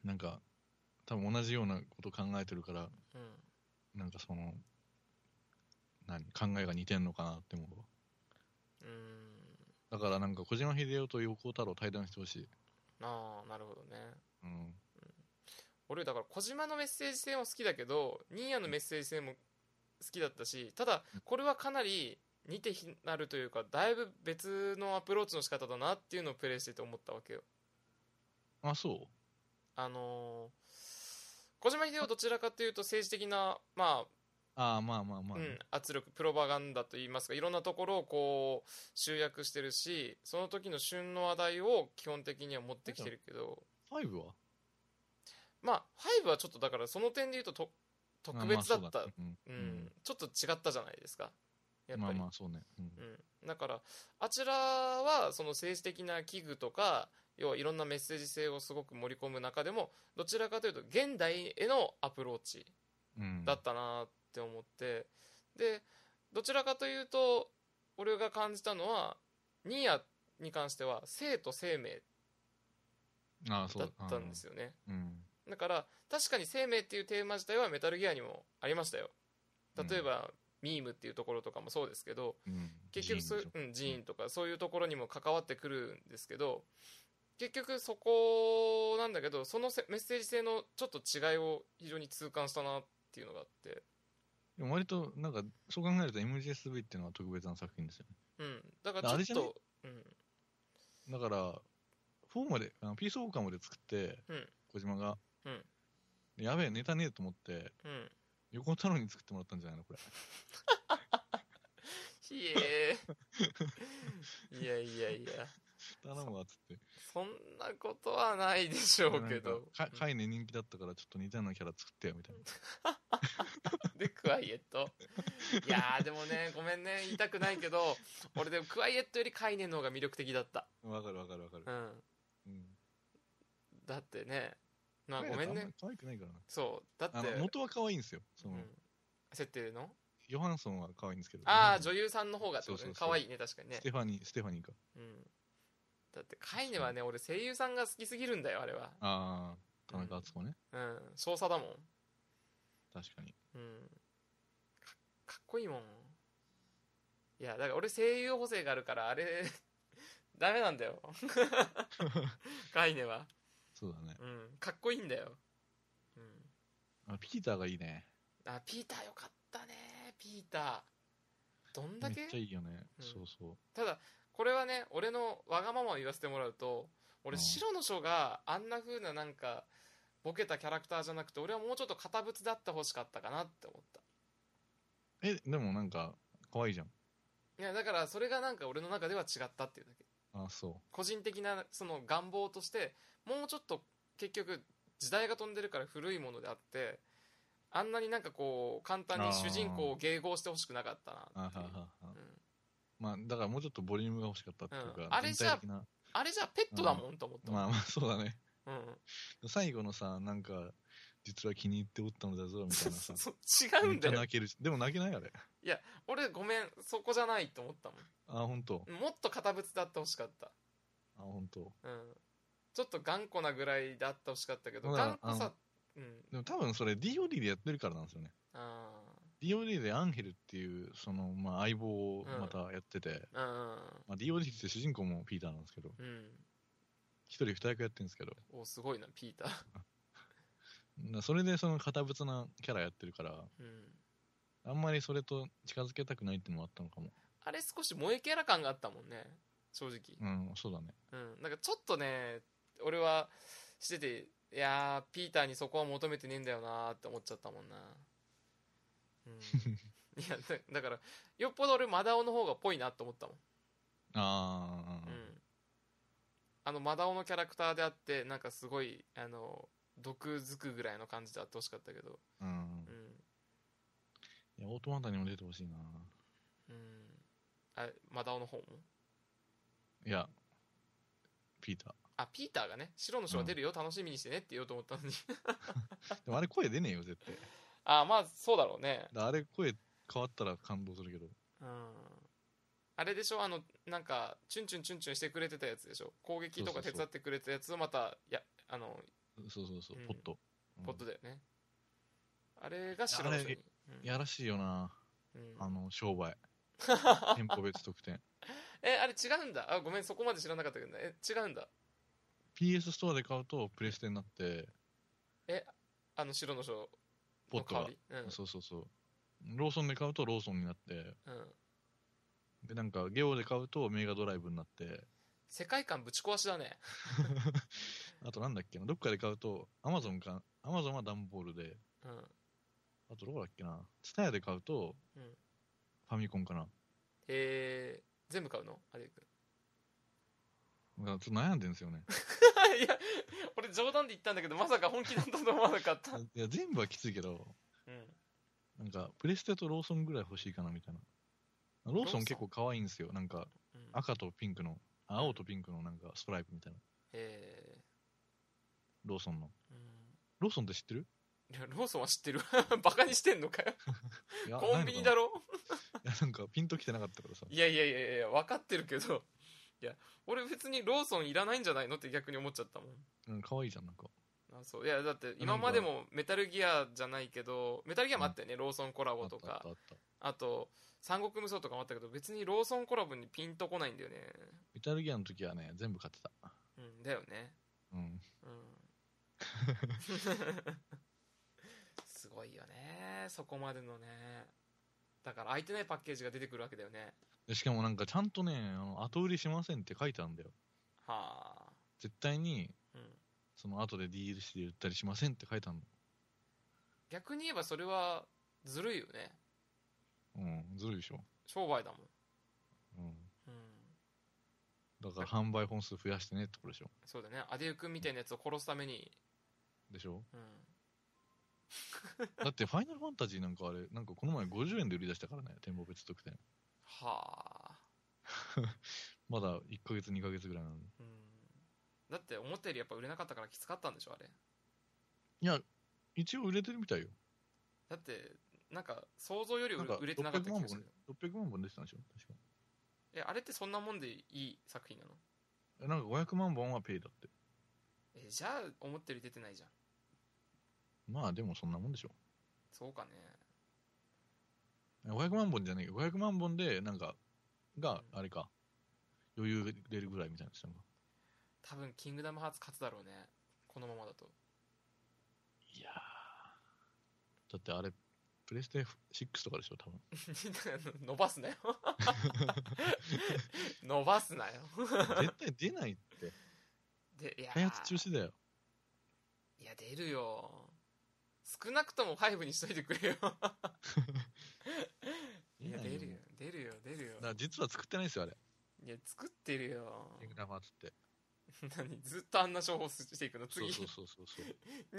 Speaker 2: なんか、多分同じようなこと考えてるから、
Speaker 1: うん
Speaker 2: なんかその、何、考えが似てんのかなって思うわ。
Speaker 1: うん
Speaker 2: だからなんか、小島秀夫と横尾太郎対談してほしい。
Speaker 1: ああなるほどね
Speaker 2: うん。
Speaker 1: 俺だから小島のメッセージ性も好きだけど新谷のメッセージ性も好きだったしただこれはかなり似て非なるというかだいぶ別のアプローチの仕方だなっていうのをプレイしてて思ったわけよ
Speaker 2: あ、そ
Speaker 1: あのー小島秀夫どちらかというと政治的な、ま
Speaker 2: うああ、まあまあま
Speaker 1: あ
Speaker 2: あ、
Speaker 1: うん、圧力プロパガンダといいますかいろんなところをこう集約してるしその時の旬の話題を基本的には持ってきてるけど
Speaker 2: ファイブは
Speaker 1: まあ5はちょっとだからその点で言うとと特別だっ
Speaker 2: ま
Speaker 1: た
Speaker 2: あまあそううん
Speaker 1: う
Speaker 2: うんん、
Speaker 1: ちょっと違ったじゃないですかやっぱ
Speaker 2: まあ
Speaker 1: り、
Speaker 2: まあ、そうね。うん
Speaker 1: うん、だからあちらはその政治的な危惧とか要はいろんなメッセージ性をすごく盛り込む中でもどちらかというと現代へのアプローチ
Speaker 2: うん。
Speaker 1: だったなって思ってでどちらかというと俺が感じたのはニーヤに関しては生と生命
Speaker 2: ああ、そ
Speaker 1: だっ
Speaker 2: う
Speaker 1: たんです
Speaker 2: よ。
Speaker 1: よね
Speaker 2: うん。
Speaker 1: だから確かに生命っていうテーマ自体はメタルギアにもありましたよ例えば、ミームっていうところとかもそうですけど
Speaker 2: うん、
Speaker 1: 結局そういう
Speaker 2: 人
Speaker 1: うん寺院とかそういうところにも関わってくるんですけど結局そこなんだけどそのせメッセージ性のちょっと違いを非常に痛感したなっていうのがあって
Speaker 2: でも割と、なんか、そう考えると MGSV っていうのは特別な作品ですよね。
Speaker 1: うんだから
Speaker 2: あれ
Speaker 1: ち
Speaker 2: じ
Speaker 1: ょ
Speaker 2: ゃ
Speaker 1: っ
Speaker 2: ない
Speaker 1: とうん
Speaker 2: だから、4まで、あのピースウォーカーまで作って、
Speaker 1: うん
Speaker 2: 小島が、
Speaker 1: うん
Speaker 2: でやべえ、ネタねえと思って、
Speaker 1: うん
Speaker 2: 横尾太郎に作ってもらったんじゃないのこれ。
Speaker 1: ひえいやいやいや
Speaker 2: 頼むわ、っつって。
Speaker 1: そんなことはないでしょうけど
Speaker 2: なんかかいね人気だったから、ちょっと似たようなキャラ作ってよ、みたいな。
Speaker 1: でクワイエットいやーでもねごめんね言いたくないけど俺でもクワイエットよりカイネの方が魅力的だった
Speaker 2: わかるわかるわかる
Speaker 1: う。ん
Speaker 2: うん。
Speaker 1: だってねまあ
Speaker 2: カイネ
Speaker 1: ごめん
Speaker 2: って
Speaker 1: ね
Speaker 2: あまり可愛くないからな。
Speaker 1: そうだって
Speaker 2: あの、元は可愛いんですよ。その、
Speaker 1: うん設定の
Speaker 2: ヨハンソンは可愛いんですけど。
Speaker 1: ああ
Speaker 2: ヨハンソン
Speaker 1: 女優さんの方がってこと
Speaker 2: そうそ
Speaker 1: ね
Speaker 2: うそう
Speaker 1: 可愛いね確かにね
Speaker 2: ステファニー、ステファニーか。
Speaker 1: うんだってカイネはね俺声優さんが好きすぎるんだよあれは
Speaker 2: ああ、田中敦子ね。
Speaker 1: うん少佐だもん
Speaker 2: 確かに。
Speaker 1: うんかかっこいいもんいやだから俺声優補正があるからあれ ダメなんだよ カイネは
Speaker 2: そうだね。
Speaker 1: うんかっこいいんだようん
Speaker 2: あ、ピーターがいいね。
Speaker 1: あピーターよかったねピーターどんだ
Speaker 2: め
Speaker 1: け
Speaker 2: っちゃいいよね。
Speaker 1: うん
Speaker 2: そうそう。
Speaker 1: ただこれはね俺のわがままを言わせてもらうと俺
Speaker 2: うん
Speaker 1: 白の書があんな風ななんかボケたキャラクターじゃなくて俺はもうちょっと堅物だってほしかったかなって思っ
Speaker 2: え、でもなんか、可愛いじゃん。
Speaker 1: たいやだからそれがなんか俺の中では違ったっていうだけ
Speaker 2: あ、そ
Speaker 1: 個人的なその願望としてもうちょっと結局時代が飛んでるから古いものであってあんなになんかこう簡単に主人公を迎合してほしくなかった
Speaker 2: う。
Speaker 1: な
Speaker 2: あ
Speaker 1: っていう
Speaker 2: ははは
Speaker 1: う。ん
Speaker 2: まあ、だからもうちょっとボリュームが欲しかったっていうか、
Speaker 1: うんあれじゃ
Speaker 2: 全体的な
Speaker 1: あれじゃペットだもんと思ったもん
Speaker 2: まあまあ、そうだね。
Speaker 1: うん
Speaker 2: 最後のさ、なんか、実は気に入っておったのだぞ、みたいなさ。
Speaker 1: そう違う
Speaker 2: め
Speaker 1: ん
Speaker 2: っち
Speaker 1: だ
Speaker 2: ゃ
Speaker 1: よ
Speaker 2: 泣けるし。でも泣けないあれ。
Speaker 1: 俺ごめんそこじゃないと思ったも
Speaker 2: あ、ほんと。
Speaker 1: んもっと堅物であってほしかった、
Speaker 2: あ、ほんと。
Speaker 1: うん、ちょっと頑固なぐらいであってほしかったけど
Speaker 2: ま
Speaker 1: 頑
Speaker 2: だ
Speaker 1: 固さうん
Speaker 2: でも多分それ DOD でやってるからなんですよね。
Speaker 1: あ
Speaker 2: DOD でアンヘルっていう、その、まあ、相棒
Speaker 1: う
Speaker 2: を
Speaker 1: ん
Speaker 2: またやってて、
Speaker 1: ー
Speaker 2: まあ、DOD って主人公もピーターなんですけど、
Speaker 1: うんうん
Speaker 2: 一人二役やってるんですけど、
Speaker 1: おすごいなピーター
Speaker 2: なそれでその堅物なキャラやってるから、
Speaker 1: うん
Speaker 2: あんまりそれと近づけたくないっていうのもあったのかも。
Speaker 1: あれ少し萌えキャラ感があったもんね正直
Speaker 2: うん、そうだね。
Speaker 1: うんなんかちょっとね俺はしてていやーピーターにそこは求めてねえんだよなーって思っちゃったもんな、 うん、いやだだからよっぽど俺マダオの方がぽいなと思ったもん
Speaker 2: あ
Speaker 1: うん、あのマダオのキャラクターであってなんかすごいあの毒づくぐらいの感じであってほしかったけど
Speaker 2: あ、うん
Speaker 1: う。ん
Speaker 2: いや、オートマンタにも出てほしいな。
Speaker 1: うんあマダオの方も
Speaker 2: いや、ピータ
Speaker 1: あピーターがね白の書が出るよ、楽しみにしてねって言おうと思ったのに
Speaker 2: ー。でもあれ声出ねえよ、絶対。
Speaker 1: あまあそうだろうね
Speaker 2: だあれ声変わったら感動するけど。
Speaker 1: うんあれでしょあのなんかチュンチュンチュンチュンしてくれてたやつでしょ攻撃とか手伝ってくれたやつをまたやあの
Speaker 2: そうそうそう、
Speaker 1: うん
Speaker 2: ポット。うん
Speaker 1: ポットだよね、あれが白の書
Speaker 2: あ
Speaker 1: に
Speaker 2: れやらしいよな、
Speaker 1: うん
Speaker 2: あの、商売。店舗別特典。
Speaker 1: えあれ違うんだあごめんそこまで知らなかったけどねえ違うんだ
Speaker 2: PS ストアで買うとプレステになって、
Speaker 1: あの白の書
Speaker 2: ポットが。
Speaker 1: うん
Speaker 2: そうそうそう。ローソンで買うとローソンになって、
Speaker 1: うん、
Speaker 2: で、なんか、ゲオで買うとメガドライブになって、
Speaker 1: 世界観ぶち壊しだね
Speaker 2: あとなんだっけな、どっかで買うと、アマゾンか、アマゾンは段ボールで、
Speaker 1: うん
Speaker 2: あとどこだっけな、ツタヤで買うと、
Speaker 1: うん
Speaker 2: ファミコンかな。
Speaker 1: えー、全部買うのあれい
Speaker 2: だからちょっと悩んでるんですよね。
Speaker 1: や俺冗談で言ったんだけどまさか本気だったと思わなかった、うん、
Speaker 2: いや、全部はきついけど、なんか、プレステとローソンぐらい欲しいかな、みたいな。ローソン結構可愛いんですよ。なんか、
Speaker 1: うん
Speaker 2: 赤とピンクの、あ青とピンクのなんかストライプみたいな。
Speaker 1: え
Speaker 2: ローソンの。
Speaker 1: ーうん
Speaker 2: ローソンって知ってる
Speaker 1: いやローソンは知ってる バカにしてんのかよ
Speaker 2: いや
Speaker 1: コンビニだ
Speaker 2: ろ
Speaker 1: ろ
Speaker 2: いや、なんかピンときてなかったからさ。
Speaker 1: いやいやいやいや分かってるけどいや俺別にローソンいらないんじゃないのって逆に思っちゃったもん
Speaker 2: うん、可愛いじゃん、なんか。
Speaker 1: あそういやだって今までもメタルギアじゃないけどメタルギアもあったよね、ローソンコラ
Speaker 2: あ
Speaker 1: ボ
Speaker 2: った
Speaker 1: と
Speaker 2: あ
Speaker 1: か
Speaker 2: ったあった。
Speaker 1: あと三国無双とかもあったけど別にローソンコラボにピンとこないんだよね
Speaker 2: メタルギアの時はね、全部買ってた。
Speaker 1: うんだよね
Speaker 2: うん。
Speaker 1: うんすごいよねそこまでのねだから空いてないパッケージが出てくるわけだよね
Speaker 2: でしかもなんか、ちゃんとね、あの後売りしませんって書いてあるんだよ。
Speaker 1: はあ
Speaker 2: 絶対に、
Speaker 1: うん
Speaker 2: その後で DLC で売ったりしませんって書いてある
Speaker 1: 逆に言えばそれはずるいよね
Speaker 2: の。うん、ずるいでしょ。
Speaker 1: 商売だもん、
Speaker 2: うん。
Speaker 1: うん、
Speaker 2: だから販売本数増やしてねってことでしょ。
Speaker 1: そうだねアデュー君みたいなやつを殺すために、
Speaker 2: でしょ
Speaker 1: うん、
Speaker 2: だって、ファイナルファンタジーなんかあれ、なんかこの前50円で売り出したからね、展望別特典。
Speaker 1: はあ、
Speaker 2: まだ1ヶ月、2ヶ月ぐらいなのに。
Speaker 1: うん、だって思ったよりやっぱ売れなかったからきつかったんでしょあれ
Speaker 2: いや、一応売れてるみたいよ。
Speaker 1: だってなんか想像より売
Speaker 2: なんか
Speaker 1: 売れてなかった
Speaker 2: 600
Speaker 1: 気
Speaker 2: 万
Speaker 1: がす
Speaker 2: 本
Speaker 1: る、
Speaker 2: 600万本出てたんでしょ確か。
Speaker 1: えあれってそんなもんでいい作品なの
Speaker 2: えなんか500万本はペイだって。
Speaker 1: えじゃあ思ったより出てないじゃん
Speaker 2: まあでもそんなもんでしょ。
Speaker 1: そうかね
Speaker 2: 500万本じゃねえけど、500万本で、なんか、が、あれか、余裕が出るぐらいみたいなしたのか。
Speaker 1: 多分キングダムハーツ勝つだろうねこのままだと
Speaker 2: いやーだってあれ、プレステ6とかでしょ、多分。
Speaker 1: 伸ばすなよ 伸ばすなよ
Speaker 2: 絶対出ないって。
Speaker 1: でいやー
Speaker 2: 開発中止だよ。
Speaker 1: いや出るよ少なくとも5にしといてくれよいや
Speaker 2: 出ない
Speaker 1: 出
Speaker 2: よ
Speaker 1: るよ出るよ出るよ
Speaker 2: だから実は作ってないですよ、あれ。
Speaker 1: いや作ってるよ
Speaker 2: キングダムハーツって。
Speaker 1: 何ずっとあんな商法していくの
Speaker 2: そ
Speaker 1: 次
Speaker 2: うそうそうそうそう。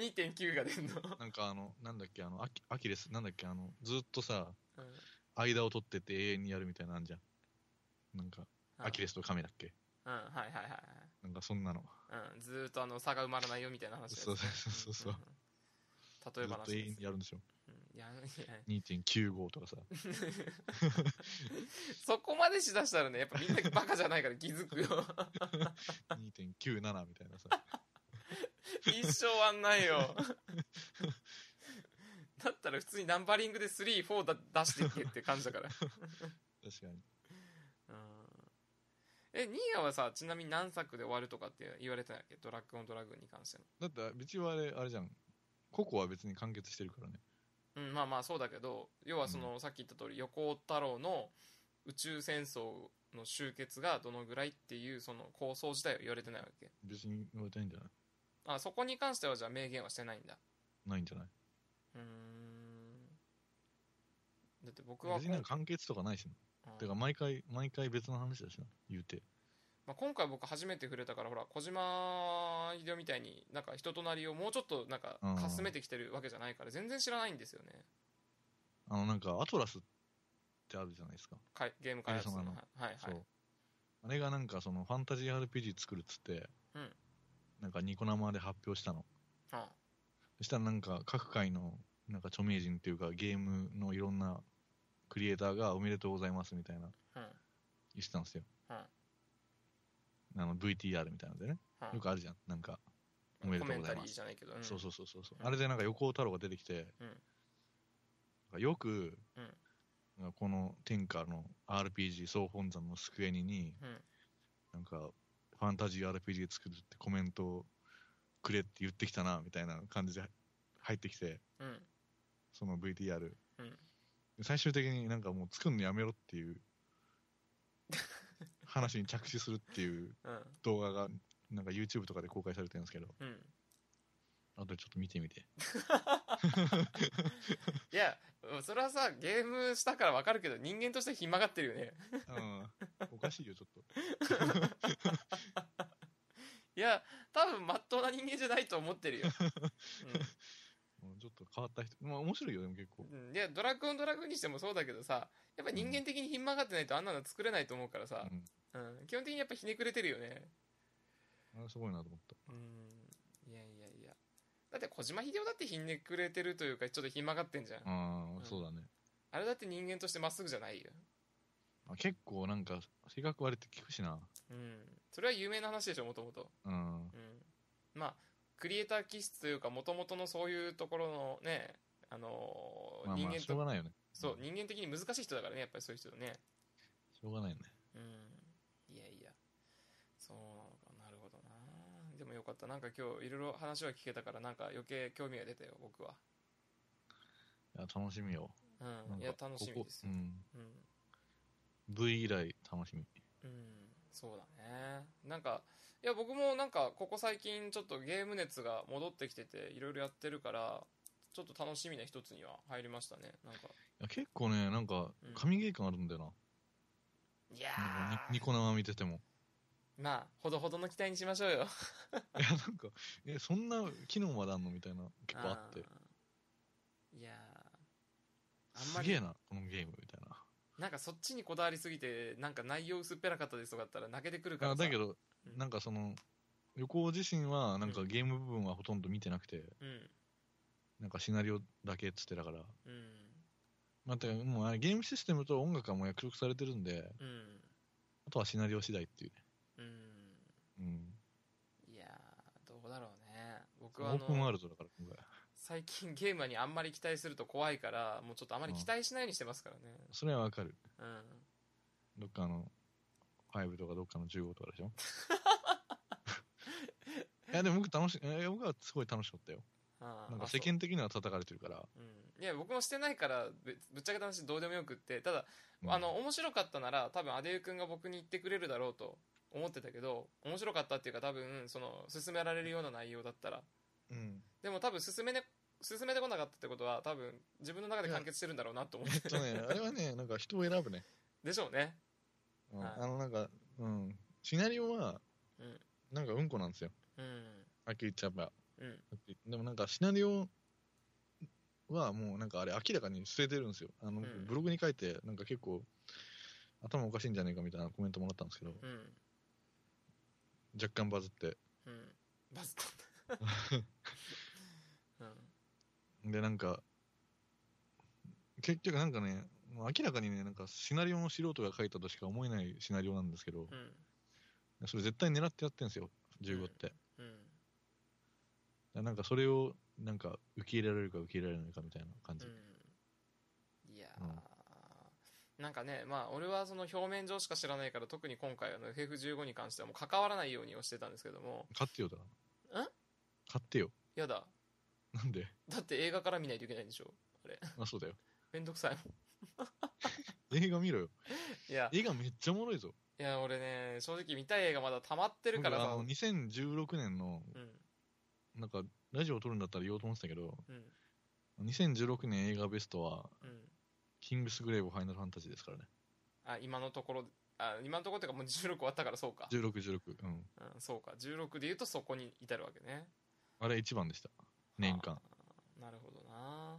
Speaker 1: 2.9が出んの、
Speaker 2: なんかあの、なんだっけ、あの、アキアキレス、なんだっけ、あの、ずっとさ、
Speaker 1: うん
Speaker 2: 間を取ってって永遠にやるみたいなのあんじゃん。なんか、アキレスとカメだっけ
Speaker 1: うんはいはいはい
Speaker 2: なんかそんなの。
Speaker 1: はい、うん、ずーっとあの差が埋まらないよみたいな話です
Speaker 2: そうそうそうそう。
Speaker 1: ん例え
Speaker 2: ずっ
Speaker 1: 話
Speaker 2: と永遠
Speaker 1: です
Speaker 2: にやるんでしょ。
Speaker 1: うんいやいや
Speaker 2: 2.95とかさ。
Speaker 1: そこまでしだしたらねやっぱみんなバカじゃないから気づくよ
Speaker 2: 2.97みたい なさ。
Speaker 1: 一生あんないよだったら普通にナンバリングで34だ出していけって感じだから
Speaker 2: 確かに。
Speaker 1: うんえニーヤはさちなみに何作で終わるとかって言われてないっけドラッグオンドラッグに関して
Speaker 2: だって、別にあれ、あれじゃん。ココは別に完結してるからね。
Speaker 1: のうんまあまあそうだけど要はその、さっき言った通り横尾太郎の宇宙戦争の終結がどのぐらいっていうその構想自体は言われてないわけ
Speaker 2: 別に言われてないんじゃない
Speaker 1: あそこに関してはじゃあ明言はしてないんだ
Speaker 2: ないんじゃないう
Speaker 1: ーんだって僕は
Speaker 2: 別になんか完結とかないしな。
Speaker 1: うん
Speaker 2: てか毎回、毎回別の話だしな、言うて。
Speaker 1: まあ、今回僕初めて触れたからほら小島秀夫みたいになんか人となりをもうちょっとなんか
Speaker 2: うん
Speaker 1: かすめてきてるわけじゃないから全然知らないんですよね
Speaker 2: あの、なんか、アトラスってあるじゃないですか。
Speaker 1: かいゲーム開発の
Speaker 2: ペルソ
Speaker 1: はいはい
Speaker 2: そ。
Speaker 1: はいう
Speaker 2: あれがなんか、その、ファンタジー RPG 作るっつって、
Speaker 1: うん
Speaker 2: なんか、ニコ生で発表したの。
Speaker 1: あ
Speaker 2: そしたらなんか、各界の、なんか、著名人っていうか、ゲームのいろんなクリエイターがおめでとうございますみたいな、
Speaker 1: うん
Speaker 2: 言ってたんですよ。
Speaker 1: うん
Speaker 2: あの、VTR みたいなのでね。
Speaker 1: うん
Speaker 2: よくあるじゃん。なんか、おめで
Speaker 1: コ
Speaker 2: と
Speaker 1: メ
Speaker 2: う
Speaker 1: ン
Speaker 2: ご
Speaker 1: タ
Speaker 2: ざ
Speaker 1: リ
Speaker 2: いま
Speaker 1: ー
Speaker 2: す
Speaker 1: じ。ゃないけど、うん
Speaker 2: そうそうそうそうそう、
Speaker 1: うん
Speaker 2: あれでなんか横尾太郎が出てきて、
Speaker 1: うん
Speaker 2: なんかよく、
Speaker 1: うん
Speaker 2: なんかこの天下の RPG 総本山のスクエニに
Speaker 1: うん
Speaker 2: なんかファンタジー RPG 作るってコメントをくれって言ってきたなみたいな感じで入ってきて
Speaker 1: うん
Speaker 2: その VTR
Speaker 1: うん
Speaker 2: 最終的になんかもう作るのやめろって いう話に着地するっていう
Speaker 1: うん
Speaker 2: 動画がなんか YouTube とかで公開されてるんですけど
Speaker 1: うん
Speaker 2: あとちょっと見てみて
Speaker 1: いやそれはさゲームしたからわかるけど人間としてひん曲がってるよね
Speaker 2: うんおかしいよちょっと
Speaker 1: いや多分まっとうな人間じゃないと思って るよ、
Speaker 2: うんちょっと変わった人、まあ面白いよ、でも結構。
Speaker 1: うんうん、いやドラクオンドラクオンにしてもそうだけどさやっぱ人間的にひん曲がってないとあんなの作れないと思うからさ、
Speaker 2: うん
Speaker 1: うん、基本的にやっぱひねくれてるよね
Speaker 2: あれすごいなと思った。
Speaker 1: うんいやいやいやだって小島秀夫だってひねくれてるというかちょっとひん曲がってんじゃん、
Speaker 2: ああ、
Speaker 1: うん
Speaker 2: そうだね。
Speaker 1: あれだって人間としてまっすぐじゃないよ
Speaker 2: あ結構なんか、性格悪いって聞くしな。
Speaker 1: うんそれは有名な話でしょもともと
Speaker 2: うん。
Speaker 1: うんまあクリエイター気質というかもともとのそういうところのねあのー
Speaker 2: まあ
Speaker 1: 人
Speaker 2: ま
Speaker 1: 間
Speaker 2: あ、しょう
Speaker 1: と
Speaker 2: がないよね。
Speaker 1: そう人間的に難しい人だからねやっぱりそういう人ね
Speaker 2: しょうがないよね。
Speaker 1: うんいやいやそうなのかなるほどなでもよかったなんか今日いろいろ話は聞けたからなんか余計興味が出たよ僕はい
Speaker 2: や、楽しみよ。な
Speaker 1: うんんい
Speaker 2: か
Speaker 1: や楽しみですよ
Speaker 2: ここうん。
Speaker 1: うん、
Speaker 2: V 以来楽しみ。
Speaker 1: うん、そうだねなんかいや僕もなんかここ最近ちょっとゲーム熱が戻ってきてていろいろやってるからちょっと楽しみな一つには入りましたねなんか
Speaker 2: いや結構ね、なんか
Speaker 1: うん、
Speaker 2: 神ゲー感あるんだよな。
Speaker 1: いや
Speaker 2: なんか
Speaker 1: ー
Speaker 2: ニニコ生見てても。
Speaker 1: まあほどほどの期待にしましょうよ
Speaker 2: いや、なんか、え、そんな機能まであんのみたいな、結構あって。
Speaker 1: ーいやーあんます
Speaker 2: げ
Speaker 1: り
Speaker 2: えな、このゲームみたいな。
Speaker 1: なんかそっちにこだわりすぎてなんか内容薄っぺらかったですとかあったら泣けてくるから
Speaker 2: あ
Speaker 1: さ
Speaker 2: だけど
Speaker 1: うん、
Speaker 2: なんかその、横尾自身は、なんかゲーム部分はほとんど見てなくて、
Speaker 1: うん
Speaker 2: なんかシナリオだけっつってたから、
Speaker 1: うん
Speaker 2: まあ、てかもうあれゲームシステムと音楽はもう約束されてるんで、
Speaker 1: うん
Speaker 2: あとはシナリオ次第っていうね。
Speaker 1: うん
Speaker 2: うん。
Speaker 1: いやーどうだろうね僕
Speaker 2: オ
Speaker 1: はあ
Speaker 2: ープン
Speaker 1: の
Speaker 2: ワールドだから、今回。
Speaker 1: 最近ゲームにあんまり期待すると怖いから もうちょっとあまり期待しないようにしてますからね
Speaker 2: それはわかる。
Speaker 1: うん、
Speaker 2: どっかの5とかどっかの15とかでしょ いや、でも僕楽しい、いや僕はすごい楽しかったよ。
Speaker 1: あー
Speaker 2: なん
Speaker 1: あ
Speaker 2: か
Speaker 1: そ
Speaker 2: 世
Speaker 1: う
Speaker 2: 間的には叩かれてるから。
Speaker 1: うん、いや僕もしてないからぶぶっちゃけた話どうでもよくってただ、
Speaker 2: うん
Speaker 1: あの、面白かったなら多分アデユ君が僕に言ってくれるだろうと思ってたけど面白かったっていうか多分その勧められるような内容だったら
Speaker 2: うん。
Speaker 1: でも多分進め,、ね、進めてこなかったってことは多分自分の中で完結してるんだろうなと思って
Speaker 2: えっとね、あれはね、なんか人を選ぶね。
Speaker 1: でしょうね
Speaker 2: うん
Speaker 1: はい
Speaker 2: あの、なんか、うん。シナリオは
Speaker 1: うん、
Speaker 2: なんかうんこなんですよ。
Speaker 1: うん
Speaker 2: はっきり言っちゃえば。
Speaker 1: うん
Speaker 2: でもなんかシナリオはもうなんかあれ明らかに捨ててるんですよ。あの
Speaker 1: ん
Speaker 2: ブログに書いてなんか結構頭おかしいんじゃねえかみたいなコメントもらったんですけど
Speaker 1: うん
Speaker 2: 若干バズって。
Speaker 1: うんバズ ったんだ
Speaker 2: でなんか結局なんかねもう明らかにねなんかシナリオの素人が書いたとしか思えないシナリオなんですけど
Speaker 1: うんうん
Speaker 2: それ絶対狙ってやってんですよ15って。
Speaker 1: うん
Speaker 2: なんかそれをなんか受け入れられるか受け入れられないかみたいな感じ。
Speaker 1: うん、いやー、なんかねまあ俺はその表面上しか知らないから特に今回あの FF15 に関してはもう関わらないようにはしてたんですけども
Speaker 2: 買ってよだから。
Speaker 1: ん
Speaker 2: 買ってよ。
Speaker 1: やだ
Speaker 2: なんで
Speaker 1: だって映画から見ないといけないんでしょ
Speaker 2: まあそうだよ。
Speaker 1: めんどくさいも
Speaker 2: 映画見ろよ。
Speaker 1: んいや
Speaker 2: 映画めっちゃおもろいぞ。
Speaker 1: いや俺ね正直見たい映画まだ溜まってるから
Speaker 2: 僕
Speaker 1: さ
Speaker 2: あ
Speaker 1: う
Speaker 2: の
Speaker 1: ん
Speaker 2: 2016年の、なんか、ラジオ撮るんだったら言おうと思ってたけど、
Speaker 1: うん
Speaker 2: 2016年映画ベストは、
Speaker 1: うん
Speaker 2: キングスグレーブファイナルファンタジーですからね。
Speaker 1: あ今のところあ今のところっていうかもう16終わったからそうか、
Speaker 2: 16、16。うん。
Speaker 1: うん、そうか16で言うとそこに至るわけね
Speaker 2: あれ一番でした。年間。
Speaker 1: なるほどな